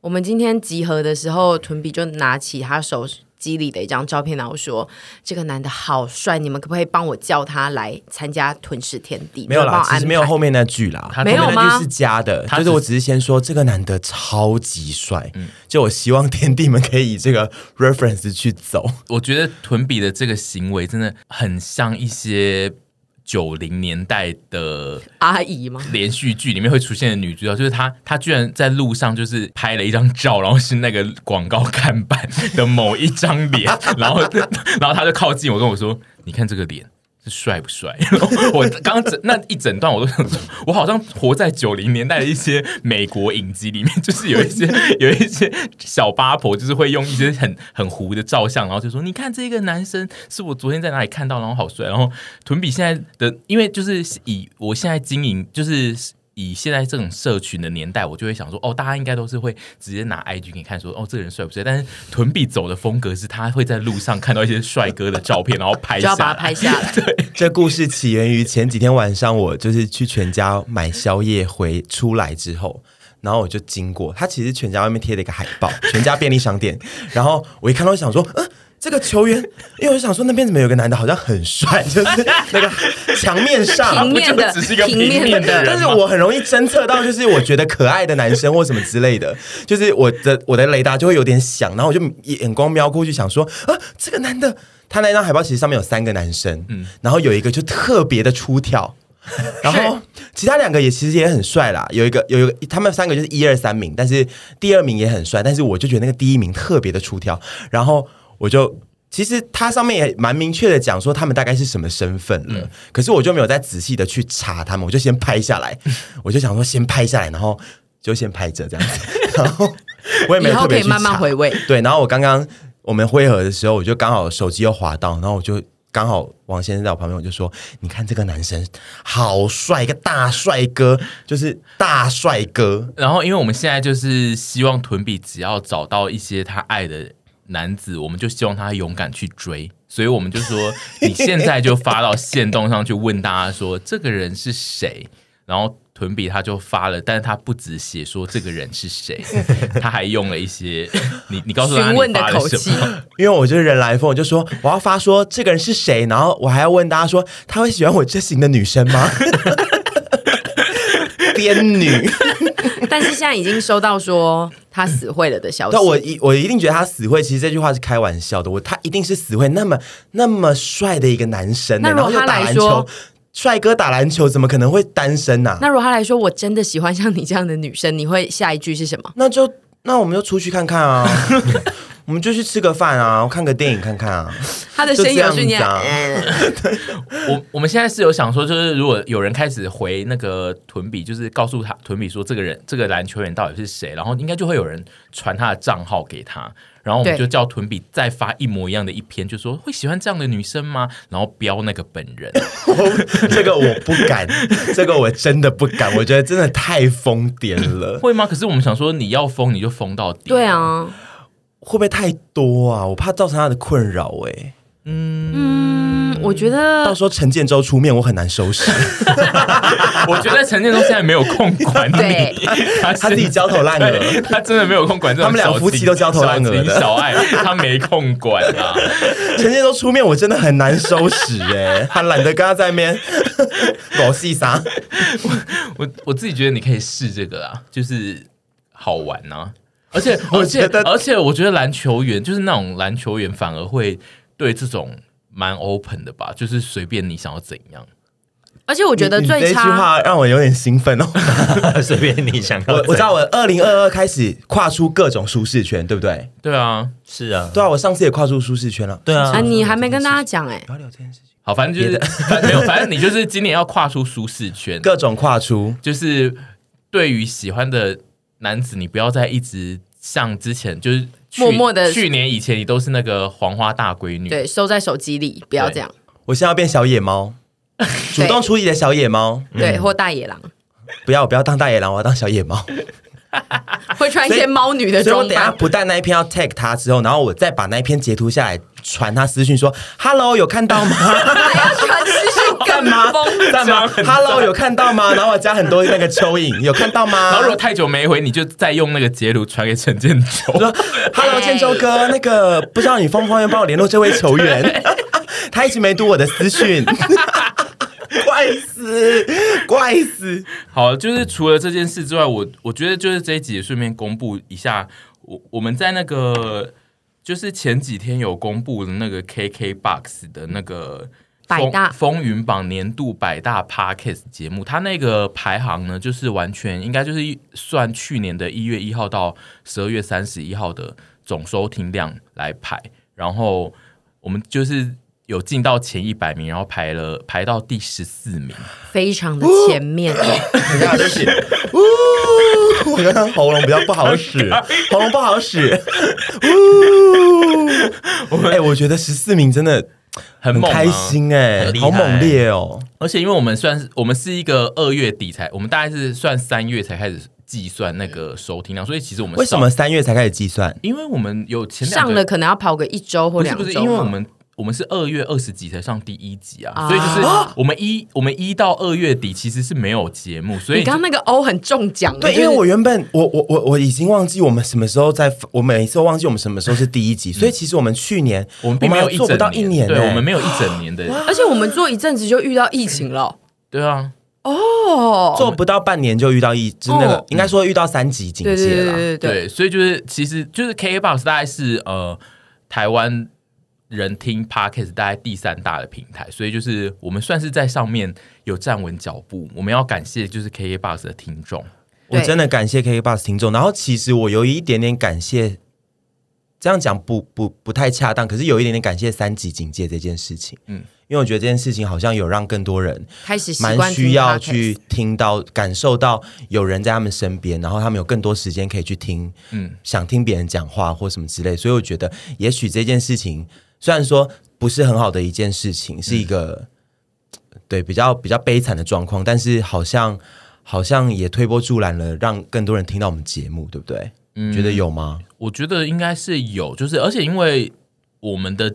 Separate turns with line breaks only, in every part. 我们今天集合的时候，屯比就拿起他手机里的一张照片，然后说：“这个男的好帅，你们可不可以帮我叫他来参加屯食天地？”
没有
帮
啦
我，
其
安
实
排
没有后面那句啦，
他
后
没
面
有吗
那句是加的，
他
就
只
是我只是先说这个男的超级帅，就我希望天帝们可以以这个 reference 去走。
我觉得屯比的这个行为真的很像一些九零年代的
阿姨吗？
连续剧里面会出现的女主角，就是她，她居然在路上就是拍了一张照，然后是那个广告看板的某一张脸，然后然后她就靠近我跟我说：“你看这个脸。”是帅不帅？然后我刚整那一整段我都想说，我好像活在九零年代的一些美国影集里面，就是有一些 有一些小八婆，就是会用一些很很糊的照相，然后就说：“你看这个男生是我昨天在哪里看到，然后好帅。”然后屯比现在的，因为就是以我现在经营，就是以现在这种社群的年代，我就会想说，哦，大家应该都是会直接拿 IG 给你看说，哦，这个人帅不帅？但是屯比走的风格是他会在路上看到一些帅哥的照片，然后
啊
拍
就
下
要把他
来。
拍下来。
这故事起源于前几天晚上，我就是去全家买宵夜回出来之后，然后我就经过，他其实全家外面贴了一个海报，全家便利商店，然后我一看到想说，嗯、这个球员，因为我想说那边怎么有个男的好像很帅，就是那个墙面 上
平面 的
不就只是一个
平
平面
面
的
的，
人
但是我很容易侦测到，就是我觉得可爱的男生或什么之类的，就是我的我的雷达就会有点响，然后我就眼光瞄过去，想说啊，这个男的，他那张海报其实上面有三个男生，嗯，然后有一个就特别的出挑。 然后其他两个也其实也很帅啦，有一个有一个他们三个就是一二三名，但是第二名也很帅，但是我就觉得那个第一名特别的出挑，然后我就其实它上面也蛮明确的讲说他们大概是什么身份了，
嗯
可是我就没有再仔细的去查他们，我就先拍 下来，我就想说先拍下来，然后就先拍着这样子，然后我也没
以
有
后可
特别
以
去
慢慢
查
回味。
对，然后我刚刚我们汇合的时候，我就刚好手机又滑到，然后我就刚好王先生在我旁边，我就说：“你看这个男生好帅，一个大帅哥，就是大帅哥。
然后，因为我们现在就是希望屯比只要找到一些他爱的男子，我们就希望他勇敢去追。所以我们就说，你现在就发到线动上去问大家说，这个人是谁？然后屯比他就发了，但是他不只写说这个人是谁，他还用了一些你你告诉他
询
你
问的
发
口
了什
气，
么，
因为我就是人来疯，我就说我要发说这个人是谁，然后我还要问大家说他会喜欢我这型的女生吗？ 编女，
但是现在已经收到说他死会了的消息
但。我一我一定觉得他死会，其实这句话是开玩笑的。我他一定是死会，那么那么帅的一个男生呢、
那如
然
果
后又
他
打
来
篮
说
球，帅哥打篮球怎么可能会单身啊呐、
那如果他来说我真的喜欢像你这样的女生，你会下一句是什么？
那就那我们就出去看 看啊，我们就去吃个饭啊，看个电影看看啊，
他的
就
声
这
音有
样
训
子
练，
啊。
我我们现在是有想说，就是如果有人开始回那个屯比，就是告诉他屯比说这个人这个篮球员到底是谁，然后应该就会有人传他的账号给他，然后我们
对
就叫屯比再发一模一样的一篇，就说会喜欢这样的女生吗？然后标那个本人，
我这个我不敢，这个我真的不敢，我觉得真的太疯癫了，
会吗？可是我们想说，你要疯你就疯到底，
对，啊，
会不会太多啊？我怕造成他的困扰哎、
嗯，我觉得
到时候陈建州出面，我很难 收拾。
我觉得陈建东现在没有空管
对
你，他
他自己焦头烂额
对他真的没有空管这
他
种
们俩
小
夫妻都焦头烂额
小
的
情小爱，他没空管啊。
陈建州出面，我真的很难收拾哎、他懒得跟他在面搞戏啥。
我我自己觉得你可以试这个啦，就是好玩呐、而且
我
而且
觉得
而且，我觉得篮球员就是那种篮球员，反而会对这种蛮 open 的吧，就是随便你想要怎样。
而 且我觉得
你
最
你这句
差，
话让我有点兴奋哦。
随便你想要
我
怎样。
我知道， 我二零二二开始跨出各种舒适圈，对不对？
对啊，
是啊，
对啊，我上次也跨出舒适圈了。
对
啊，
啊，
你还没跟大家讲哎、
不要聊这件事情，
好，反正就是 反没有，反正你就是今年要跨出舒 适圈，
各种跨出。
就是对于喜欢的男子，你不要再一直像之前就是去
默默地
去年以前你都是那个黄花大闺女，
对，收在手机里，不要这样，
我现在要变小野 猫，主动出击的小野猫。
对，或大野狼
不要，我不要当大野狼，我要当小野猫。
会穿一些猫女的
啊所以我
装
等一下
扮，
不但那一篇要 tag 他之后，然后我再把那一篇截图下来传他私讯说：“Hello，有看到吗？”
还要穿私讯干嘛？
赞吗？
Hello，有看到 吗？然后我加很多那个蚯蚓，有看到吗？
然后如果太久没回，你就再用那个截图传给陈建州
我。说
哎
Hello，建州哥，那个不知道你方不方便帮我联络这位球员？ 他一直没读我的私讯，怪死，怪死！
好，就是除了这件事之外，我我觉得就是这一集也顺便公布一下，我我们在那个就是前几天有公布的那个 KK Box 的那个
百大
风风云榜年度百大 Podcast 节目，它那个排行呢，就是完全应该就是算去年的一月一号到十二月三十一号的总收听量来排，然后我们就是。有进到前一百名，然后排了排到第十四名，
非常的前
哦
面，哦
等一
啊
下，对不起，呜，我刚刚喉咙比较不好 使，
哎
喉咙不好使，呜。哎，我觉得十四名真的
很
很
猛、啊，
开心哎
很，厉
好
害
猛烈哦！
而且因为我们算是我们是一个二月底才，我们大概是算三月才开始计算那个收听量，所以其实我们
为什
少
么？三月才开始计算？
因为我们有前两
上
个
了可能要跑个一周或
不是
两周嘛。
不是，因为我们我们是二月二十几才上第一集啊，
啊
所以就是我们一我们一到二月底其实是没有节目，所以
你刚刚那个 O 很中奖，
对，
就
因
是
为我原本我我我我已经忘记我们什么时候在，我每一次都忘记我们什么时候是第一集，所以其实我们去年
嗯我们并
我
没有
还
一
做
整
不到一年欸，
对，我们没有一整年的，
而且我们做一阵子就遇到疫情 了
对啊，
哦。
做不到半年就遇到一，就是那个
哦
应该说遇到三级警
对对
戒
对
了啦。
对对，
所以就是其实就是 KKBOX 大概是呃台湾人听 Podcast 大概第三大的平台，所以就是我们算是在上面有站稳脚步。我们要感谢就是 KKBOX 的听众，
我
对
真的感谢 KKBOX 听众，然后其实我有一点点感谢，这样讲不不不太恰当，可是有一点点感谢三级警戒这件事情，嗯
嗯，
因为我觉得这件事情好像有让更多人
开始习
蛮
惯
需
听
要
podcast
去听到、感受到有人在他们身边，然后他们有更多时间可以去听，嗯
嗯，
想听别人讲话或什么之类。所以我觉得，也许这件事情虽然说不是很好的一件事情，是
嗯
一个、对比较比较悲惨的状况，但是好像好像也推波助澜了，让更多人听到我们节目，对不对？嗯，觉得有吗？
我觉得应该是有，就是而且因为我们的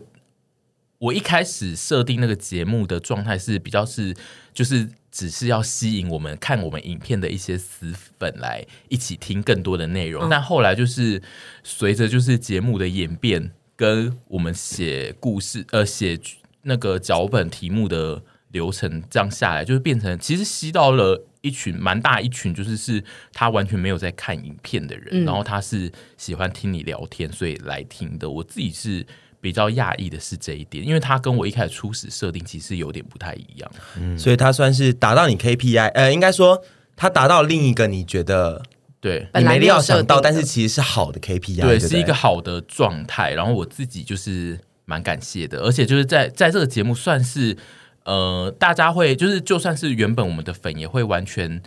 我一开始设定那个节目的状态是比较是就是。只是要吸引我们看我们影片的一些死粉来一起听更多的内容，但后来就是随着就是节目的演变，跟我们写故事呃写那个脚本题目的流程，这样下来就是变成其实吸到了一群蛮大一群，就是是他完全没有在看影片的人，
嗯
然后他是喜欢听你聊天，所以来听的。我自己是。比较讶异的是这一点，因为他跟我一开始初始设定其实有点不太一样。
所以它算是达到你 KPI，呃，应该说它达到另一个你觉得
对，
你
本来
没
没
料
有设
想到，
定的
但是其实是好的 KPI，
对，
不
是一个好的状态。然后我自己就是蛮感谢的，而且就是在在这个节目算是呃，大家会就是就算是原本我们的粉也会完全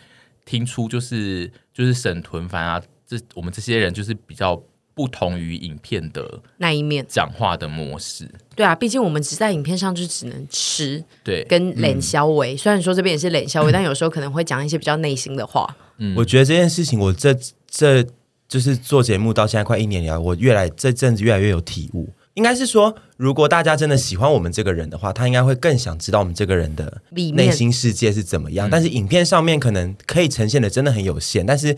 听出，就是就是沈屯凡啊，这我们这些人就是比较不同于影片的
那一面，
讲话的模式。
对啊，毕竟我们只在影片上就只能吃
对，
跟脸消
嗯
维，虽然说这边也是脸消 维，但有时候可能会讲一些比较内心的话。
嗯
我觉得这件事情，我这这就是做节目到现在快一年以来，我越来这阵子越来越有体悟。应该是说，如果大家真的喜欢我们这个人的话，他应该会更想知道我们这个人的
里面
内心世界是怎么
嗯
样。但是影片上面可能可以呈现的真的很有限，但 是。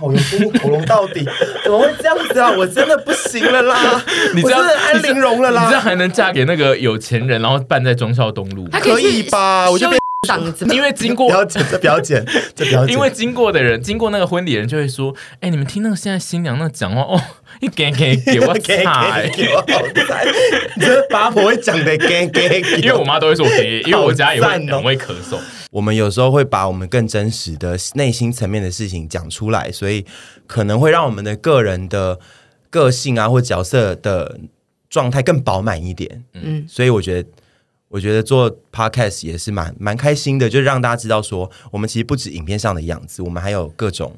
我有呼喉咙到底， 怎么会这样子啊？我真的不行了啦！
你
我
这
真
样
的安陵容了
你这样
啦，
还能嫁给那个有钱人，然后办在忠孝东路，
他
可
以
以
去
吧？我就
修
变
嗓 子，
因为经
不
过
要剪，这不要 剪，这不要剪，
因为经过的人，经过那个婚礼的人就会说：“哎、你们听那个现在新娘那讲话哦，一给给 给我菜。
给我好菜！你这八婆会讲的，给给给。
因为我妈都会说“给”，因为我家也
好
会
赞哦
很会咳嗽。
我们有时候会把我们更真实的内心层面的事情讲出来，所以可能会让我们的个人的个性啊或角色的状态更饱满一点。嗯
嗯，
所以我觉得。我觉得做 podcast 也是蛮蛮开心的，就是让大家知道说，我们其实不止影片上的样子，我们还有各种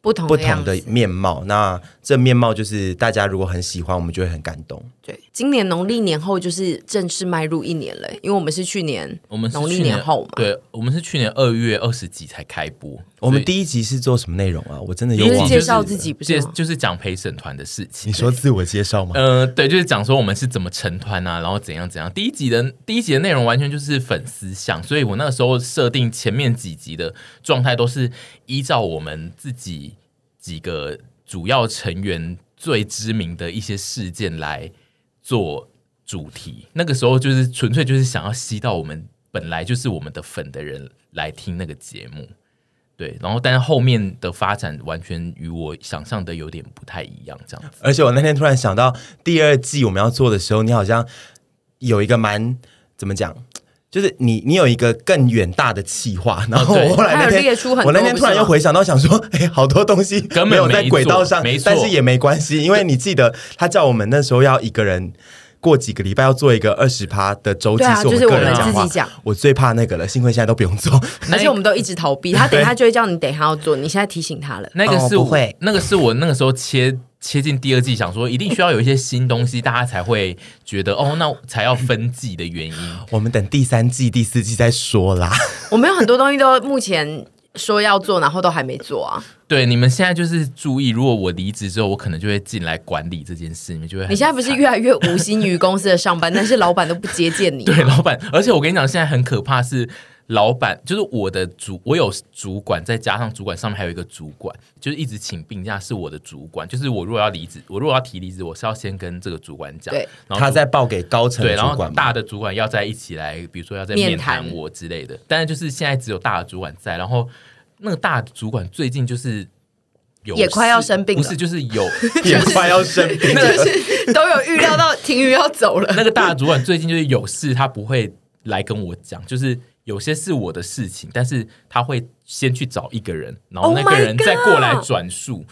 不同
不
的样
同
子
的面貌。那这面貌就是大家如果很喜欢，我们就会很感动。
对，今年农历年后就是正式迈入一年了，因为我们是去年
我们是
农历
去
年后嘛，，
对，我们是去年二月二十几才开播，
我们
所以
第一集是做什么内容啊？我真的有
就是
忘
介
了。
绍自己不是
介
吗？
就是讲陪审团的事情。
你说自我介绍吗？
呃，对，就是讲说我们是怎么成团啊，然后怎样怎样。第一集的第一集的内容完全就是粉丝向，所以我那个时候设定前面几集的状态都是依照我们自己几个主要成员最知名的一些事件来做主题。那个时候就是纯粹就是想要吸到我们本来就是我们的粉的人来听那个节目。对，然后但是后面的发展完全与我想象的有点不太一样，这样子。
而且我那天突然想到，第二季我们要做的时候，你好像有一个蛮怎么讲？就是你，你有一个更远大的计划，然后
对
我后来那
还有
天，
列出很多
我那天突然又回想到，想说，哎、好多东西
根本
有在
没
轨道
做
上
没，
但
错
是也没关系，因为你记得他叫我们那时候要一个人过几个礼拜要做一个二十趴的周记，
对啊
我
就是
们
我
个
们
人
自己
话，
讲
我最怕那个了，幸亏现在都不用做，
而且我们都一直逃避，他等一下就会叫你等一下要做，你现在提醒他了。
那个
哦
是
不
我、
会
那个是我那个时候切切进第二季，想说一定需要有一些新东西，大家才会觉得哦，那才要分季的原因。
我们等第三季、第四季再说啦。
我们有很多东西都目前说要做，然后都还没做啊。
对，你们现在就是注意，如果我离职之后，我可能就会进来管理这件事，你们就会很
你现在不是
惨
越来越无心于公司的上班，但是老板都不接见你啊、
对老板，而且我跟你讲，现在很可怕是。老板就是我的主，我有主管，再加上主管上面还有一个主管，就是一直请病假是我的主管。就是我如果要离职，我如果要提离职，我是要先跟这个主管讲，
对
然后
他
主
再报给高层
对，然
主
后
管嘛
大的主管要在一起来，比如说要在
面
面谈
谈
我之类的。但是就是现在只有大的主管在，然后那个大的主管最近就是有
也快要
事
生病
不
了
是就是有
也快要生病了。
就是都有预料到婷宇要走了。
那个大的主管最近就是有事，他不会来跟我讲，就是有些是我的事情，但是他会先去找一个人，然后
Oh
那个
my
人再过来
God
转述。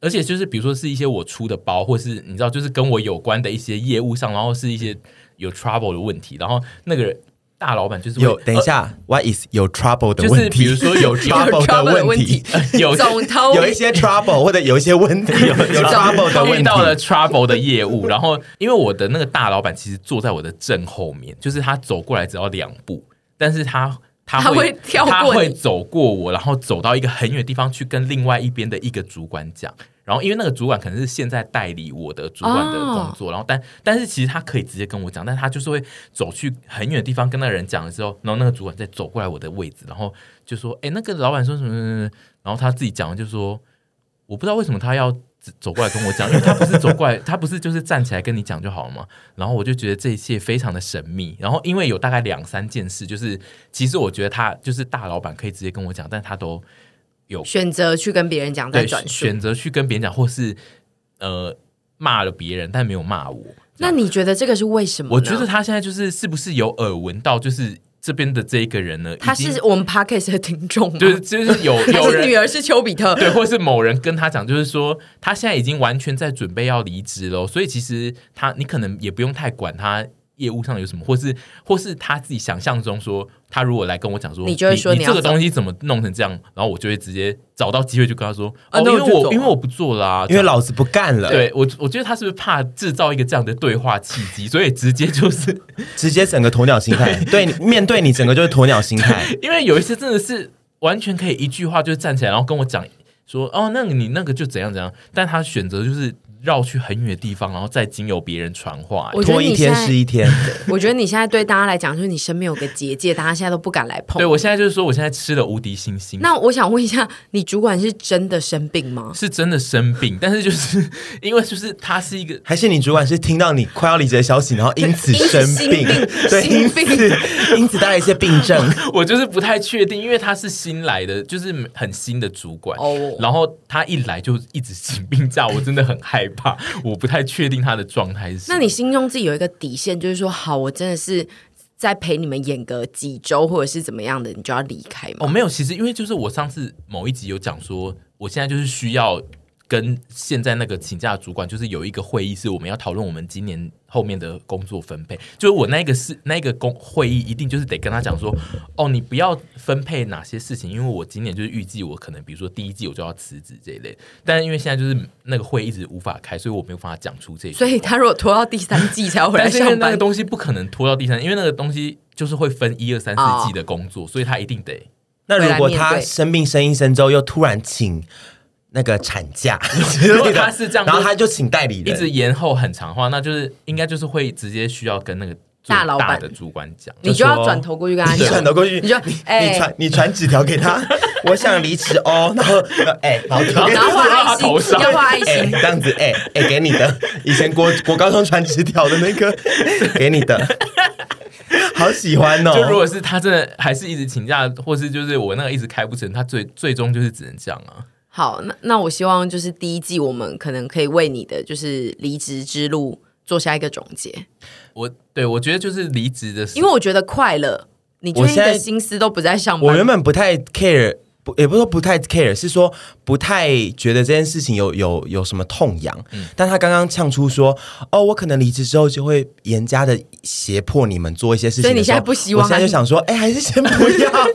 而且就是比如说是一些我出的包，或是你知道就是跟我有关的一些业务上，然后是一些有 trouble 的问题，然后那个人大老板就是会
有，等一下、w h a t is 有 trouble 的问题？
呃就是比如说有
trouble 的问题，
呃 有
总头
有一些 trouble 或者有一些问题，有有 trouble 的问
遇到了
题。
trouble 的业务，然后因为我的那个大老板其实坐在我的正后面，就是他走过来只要两步，但是他。他
他
会
会跳过
他
你
会走过我，然后走到一个很远的地方去跟另外一边的一个主管讲，然后因为那个主管可能是现在代理我的主管的工作，然后但但是其实他可以直接跟我讲，但他就是会走去很远的地方跟那个人讲了之后，然后那个主管再走过来我的位置，然后就说：“哎、那个老板说什么什么什么。”然后他自己讲就说：“我不知道为什么他要走走过来跟我讲，因为他不是走过来， 他不是就是站起来跟你讲就好了嘛。然后我就觉得这一切非常的神秘。然后因为有大概两三件事，就是其实我觉得他就是大老板可以直接跟我讲，但他都有
选择去跟别人讲再
对
转述。
选择去跟别人讲，或是呃骂了别人，但没有骂我。
那你觉得这个是为什么呢？
我觉得他现在就是是不是有耳闻到，就是这边的这一个人呢，
他
已经
是我们 podcast 的听众吗，
就是就 是有
还
有
是
人
女儿是丘比特？
对，或是某人跟他讲，就是说他现在已经完全在准备要离职了，所以其实他你可能也不用太管他业务上有什么，或是或是他自己想象中说，他如果来跟我讲说，
你就会说
你
你要
这个
走
东西怎么弄成这样，然后我就会直接找到机会就跟他说，
啊
哦，
那我
因为
就走
我因为
了
我不做啦、
因为老子不干了，，
对我，我觉得他是不是怕制造一个这样的对话契机，所以直接就是
直接整个鸵鸟心态，对，你面对你整个就是鸵鸟心态。
因为有一些真的是完全可以一句话就站起来，然后跟我讲说，哦，那个你那个就怎样怎样，但他选择就是绕去很远的地方，然后再经由别人传话。欸
我觉得
拖一
你
天
现
是
在，
一天，
我觉得你现在对大家来讲，就是你身边有个结界，大家现在都不敢来碰
对。我现在就是说，我现在吃了无敌星星。
那我想问一下，你主管是真的生病吗？
是真的生病，但是就是因为就是他是一个
还是你主管是听到你快要离职的消息，然后因此
因此
生
心
病
病，
对，
心
因
病
此因此带来一些病症。
我就是不太确定，因为他是新来的，就是很新的主管。
哦
然后他一来就一直请病假，我真的很害怕，我不太确定他的状态是什么。
那你心中自己有一个底线，就是说，好，我真的是在陪你们演个几周，或者是怎么样的，你就要离开
哦，
吗？
没有，其实因为就是我上次某一集有讲说，我现在就是需要跟现在那个请假的主管，就是有一个会议，是我们要讨论我们今年后面的工作分配。就是我那个是那个工会议，一定就是得跟他讲说，哦，你不要分配哪些事情，因为我今年就是预计我可能，比如说第一季我就要辞职这一类。但是因为现在就是那个会一直无法开，所以我没有办法讲出这一句
所以他如果拖到第三季才回来
但是因为
上
那
班
个，东西不可能拖到第三，因为那个东西就是会分一二三
哦
四季的工作，所以他一定得。
那如果
回来面
他
对
生病生一生之后又突然请那个产假，
如果他是这样
然后他就请代理
一
人，
直延后很长的话，那就是应该就是会直接需要跟那个最
大老板
的主管讲。
你就要转头过去跟他
你
讲，
转头过去，
啊你就哎
你传你传纸条给他， 我想离职哦，然后哎，然后就
然后画爱心
头，上
要画爱
哎
心，
这样子哎哎给你的，以前国国高中传纸条的那个给 你的，好喜欢哦。
就如果是他真的还是一直请假，或是就是我那个一直开不成，他最最终就是只能这样啊。
好，那那我希望就是第一季我们可能可以为你的就是离职之路做下一个总结，
我对我觉得就是离职的时候，
因为我觉得快乐，你最近
我现
的
在
心思都不在上
我原
班。
本不太 care，不也不是说不太 care，是说不太觉得这件事情有有有什么痛痒。
嗯
但他刚刚呛出说，哦，我可能离职之后就会严加的胁迫你们做一些事情的时候，
所以你现在不希望
我现在就想说，哎、还是先不要。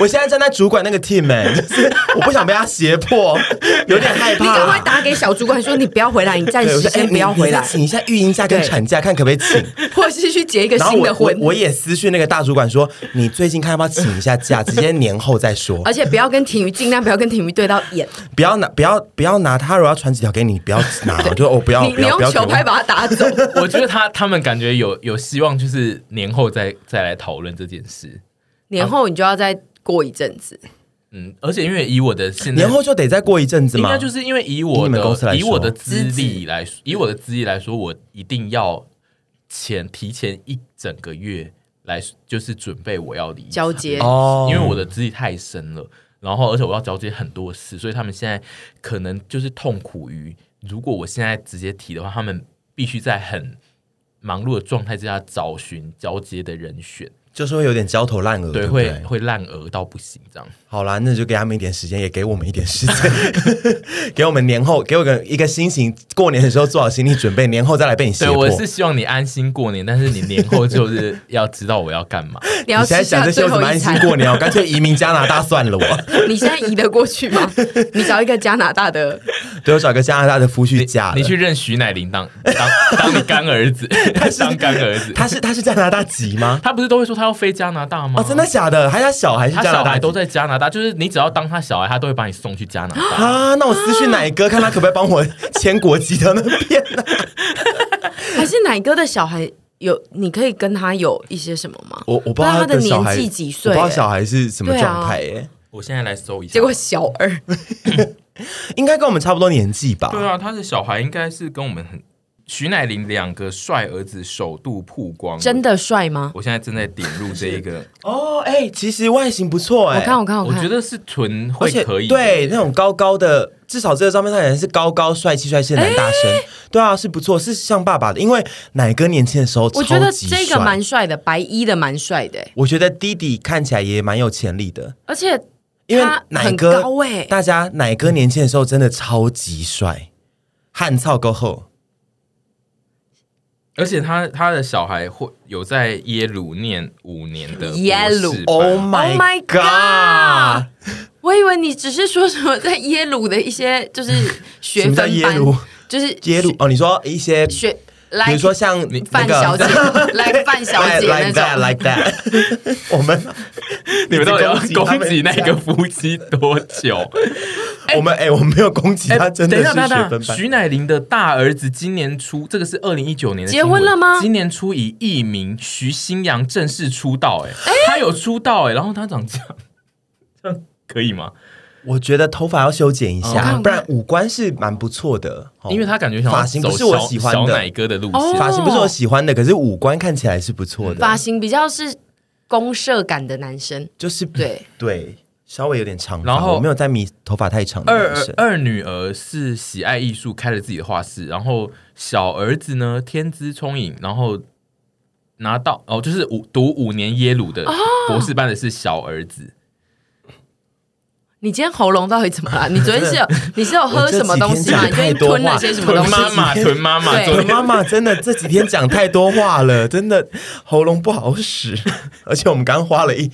我现在站在主管那个 team，哎、就是我不想被他胁迫，有点害
你赶快
怕。
打给小主管说，你不要回来，你暂
对，我
时
说，哎、
先不要
你
回
你再
来，
请一下育婴假跟
对
产假，看可不可以 请。
或是去结一个
然后
新
我
的
我
婚，
我也私讯那个大主管说，你最近看要不要请一下假，直接年后再 说。
而且不要跟婷瑜，尽量不要跟婷瑜对到眼。
不要拿，不要不要拿他，如果要传纸条给你，不要 拿，就哦不要
你
不
你
要
用
不要给
球
我
拍把他打 走，
我觉得他他们感觉有有希望，就是年后再再来讨论这件事。
年后你就要再过一阵子。
嗯，而且因为以我的现在
年后就得再过一阵子
应
嘛，
该就是因为以
以
我
你们公司
的
来
以
说嗯
我的资
资
历
质
来说以我的资历来说，我一定要前提前一整个月来就是准备我要离职
交接
哦
因为我的资历太深了，然后而且我要交接很多事，所以他们现在可能就是痛苦于，如果我现在直接提的话，他们必须在很忙碌的状态之下找寻交接的人选，
就是会有点焦头烂额，
对，
对，
会。会烂额到不行这样。
好啦，那就给他们一点时间，也给我们一点时间， 给我们年后给我个一个心情，过年的时候做好心理准备，年后再来被你胁
对，
迫。
我是希望你安心过年，但是你年后就是要知道我要干 嘛。
你要
你现在
吃
想
下
这些
最
有什
后
么
一
安心
餐，
过年？我哦干脆移民加拿大算了我。
你现在移得过去吗？你找一个加拿大的，
对我找个加拿大的夫婿嫁了
你去认徐乃麟当当当 你干儿子，当干儿子。
他是他是加拿大籍吗？
他不是都会说他要飞加拿大吗？
哦，真的假的？还是他小孩是
他
加拿
小
大
孩
籍
都在加拿大，就是你只要当他小孩，他都会把你送去加拿大。
啊？那我私讯奶哥，看他可不可以帮我签国籍的那边呢？
还是奶哥的小孩有？你可以跟他有一些什么吗？
我我不知道
他
的
年
小孩
纪几岁、
我不知道
欸
小孩是什么状态欸耶，
我现在来搜一下，
结果小二，
应该跟我们差不多年纪吧？
对啊，他的小孩应该是跟我们很徐乃麟两个帅儿子首度曝光，
真。的帅吗？
我现在正在点入这一个，
哦，哎、其实外形不错哎、
我看，我看，
我
看，
觉得是纯
而
会
且
可以的
对那种高高的，至少这个照片上人是高高帅气帅气的男大生，
哎
对啊，是不错，是像爸爸的，因为奶哥年轻的时候
我觉得
超级
这个
帅
蛮帅的，白衣的蛮帅的、欸
我觉得弟弟看起来也蛮有潜力的，
而且
因为
他
奶
很
哥
高哎、
大家奶哥年轻的时候真的超级帅，汗操够后。
而且他他的小孩会有在耶鲁念五年的博士
耶鲁
班
Oh my
Oh my
god！
god！我以为你只是说什么在耶鲁的一些就是学
什么
分
叫
班，
耶鲁
就是
耶鲁哦，你说一些，比
学来
如说像你那
范
个
小姐， 来范小姐
like
那
that
种。
like that，我 们
你们到底要
他
攻
们
击那个夫妻多久？ 哎
我们哎、我们没有攻击
哎
他，真的
等一
是
下，等
学
一
分
下，
班。
徐乃麟的大儿子今年初，这个是二零一九年的
结婚了吗
今年初以艺名徐新阳正式出道、哎、他有出道哎、然后他长这样，这样可以吗？
我觉得头发要修剪一
我看
下，
我看
不然五官是蛮不错的。哦
因为他感觉想要
发型不
走
是我
小
喜欢
小
的
奶哥的路线，
哦嗯
发型不是我喜欢的，可是五官看起来是不错的，
发型比较是公社感的男生，
就是
对，
对，稍微有点长发。
然后
我没有在迷头发太长的
二
男
儿
生。
二女儿是喜爱艺术，开了自己的画室，然后小儿子呢天资聪颖，然后拿到哦，就是
哦
五读五年耶鲁的博士班的是小儿子，
你今天喉咙到底怎么了？你昨天是 有你是有喝什么东西吗？
我
你
这几
昨
天讲太
天
多
吞
话
了些什么东
屯
西？
妈妈，屯妈妈，
对
昨
我
天
妈妈真的这几天讲太多话了，真的喉咙不好使， 而且我们刚花了一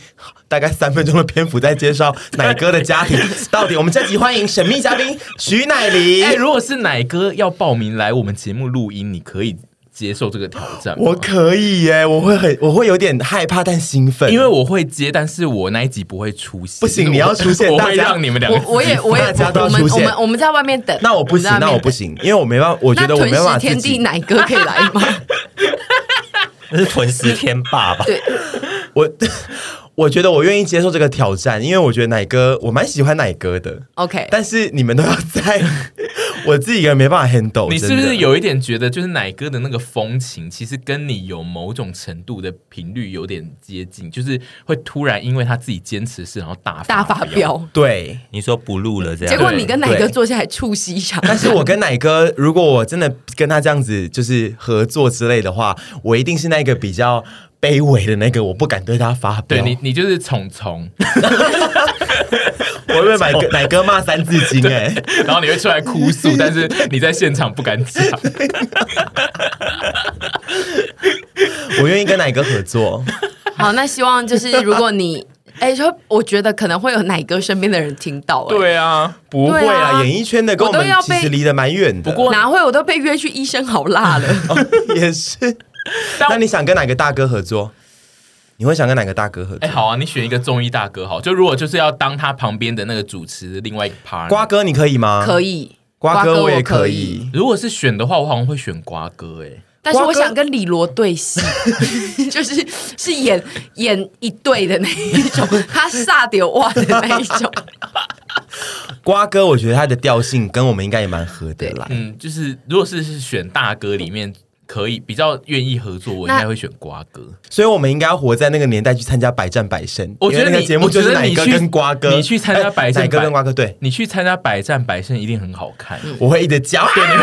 大概三分钟的篇幅在介绍奶哥的家庭。到底我们这集欢迎神秘嘉宾 徐乃麟。
哎、如果是奶哥要报名来我们节目录音，你可以接受这个挑战吗
我可以耶，我会很，我会有点害怕但兴奋，
因为我会接，但是我那一集不会出现。
不行
我
你要出现
我
大
会
家
让你们两个
我我也我也
大家都要
我们
出
我
现
们我们在外面等。
那我不
们，
行
在外面
那我
等
不。行，因为我没办法，我觉
那
得我
屯
没办法
食
自
天地
己，
奶哥可以来 吗？
那是屯食天霸吧？
对，
我 我觉得我愿意接受这个挑战，因为我觉得奶哥我蛮喜欢奶哥的，
OK，
但是你们都要在， 我自己一个人没办法 handle，
你是不
真的
是有一点觉得，就是奶哥的那个风情，其实跟你有某种程度的频率有点接近，就是会突然因为他自己坚持的事，然后大
大发
飙。
飙。
对？
你说不录了这样，
结果你跟奶哥
对
坐下来促膝一下，
但是我跟奶哥，如果我真的跟他这样子就是合作之类的话，我一定是那个比较卑微的那个，我不敢对他发
对
飙。
你，你就是虫虫，
我会被奶哥奶哥骂三字 经哎、
然后你会出来哭诉，但是你在现场不敢 讲。
我愿意跟奶哥合作。
好，那希望就是如果你，哎、说我觉得可能会有奶哥身边的人听到、哎，
对啊，不
不会
对啊
啦，演艺圈的跟我
我
们
都要
其
被
实离得蛮远的。
不过
哪会我都被约去医生好辣 了。
哦 也是。
但
那你想跟哪个大哥合作？你会想跟哪个大哥合
哎、
作？
好啊，你选一个综艺大哥好，就如果就是要当他旁边的那个主持，另外一个 part。
瓜哥，你可以吗？
可
以。
以，
啊瓜
哥
哥我也
可
可。以。
如果是选的话，我好像会选瓜哥、哎，
但是我
瓜哥
想跟李罗对 戏， 就是是演演一对的那一种，他煞掉哇的那一种。
瓜哥，我觉得他的调性跟我们应该也蛮合得来。
嗯，就是如果是是选大哥里面可以比较愿意合作，我应
那
该会选瓜哥。
所以我们应该要活在那个年代去参加百战百胜。
我觉得
因为那
你
个节目就是
我觉得
奶
你
哥
去
跟瓜哥，哎
你去参加百战
奶哥
百
跟瓜哥，对
你去参加百战百胜一定很好看，
嗯
我会一直教。对，你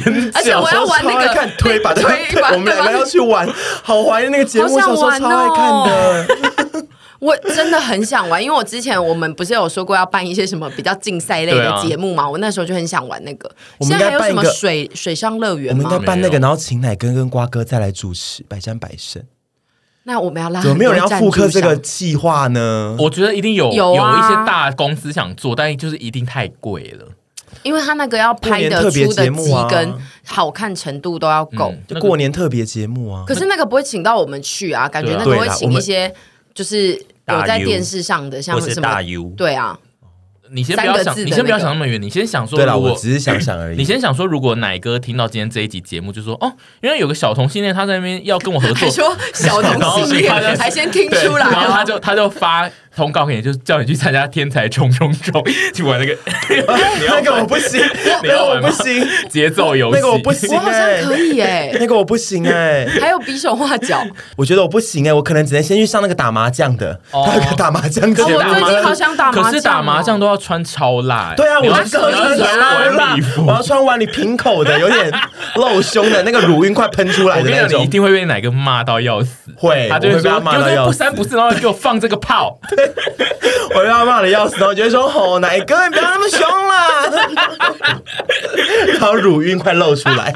会
而且我要玩那个
看推把
推
对
推
对
把
我们两
对吧
个要去玩，好怀念那个节目，
好
我
想
小时候
玩
超爱看 的。
我真的很想玩，因为我之前我们不是有说过要办一些什么比较竞赛类
对
的
啊
节目嘛？我那时候就很想玩那个。
我
现
们应
在
该
还有什
办一个
么水水上乐
我
园
们
吗
要？办那
没有
个，然后请奶哥跟瓜哥再来主持百战百胜。
那我们要拉
怎么没有人要
很
复
多赞
刻
助
这
商
个计划呢？
我觉得一定有
有啊
一些大公司想做，但就是一定太贵了。
因为他那个要拍的
过年特别
出的
节
集
目啊
跟好看程度都要够。
嗯
就过年特别节目啊
可，是那个不会请到我们去啊，感觉
对啊
那个会
对啦
请
我
一
们
些就是有在电视上的，像
或是
什
大
么
U，
对啊，
你先不要
三个
想，
字的
你先不要
那个
想那么远，你先想说，
对啦，
如
我
果
只是想想而已。
你先想说，如果奶哥听到今天这一集节目，就说哦，原来有个小同性恋，他在那边要跟我 合
还
作，
说小同性
然后
恋，
是
还先听
对，
出来
然后他
啊。
就他就发通告给你，就是叫你去参加《天才冲冲冲》，去玩 那个
那个我不行，
你
那
要
个
玩
我
吗
不行，
节奏游戏。
那个我不行
我好像
哎，
可以哎、
那个我不行哎，
还有比手画脚，
我觉得我不行哎，我可能只能先去上那个打麻将的，
哦啊
他有个打麻将节
哦
目
我最近好想打麻将哦
可是打麻将都要穿超辣、欸，
对啊，我
你要
要穿
你要穿晚
晚
礼
礼
服。
服，我要穿晚礼平口的，有点露胸的那个乳晕快喷出来
我
的
跟你
那
讲，你一
种，
定会被哪个骂到要死。
会
他就会
我会被
说
他：“骂到
就是
要死
不三不四，然后给我放这个炮。
我被他骂的要死，然后我就会说：“吼，奶哥，你不要 那么凶啦！”然后乳晕快露出来。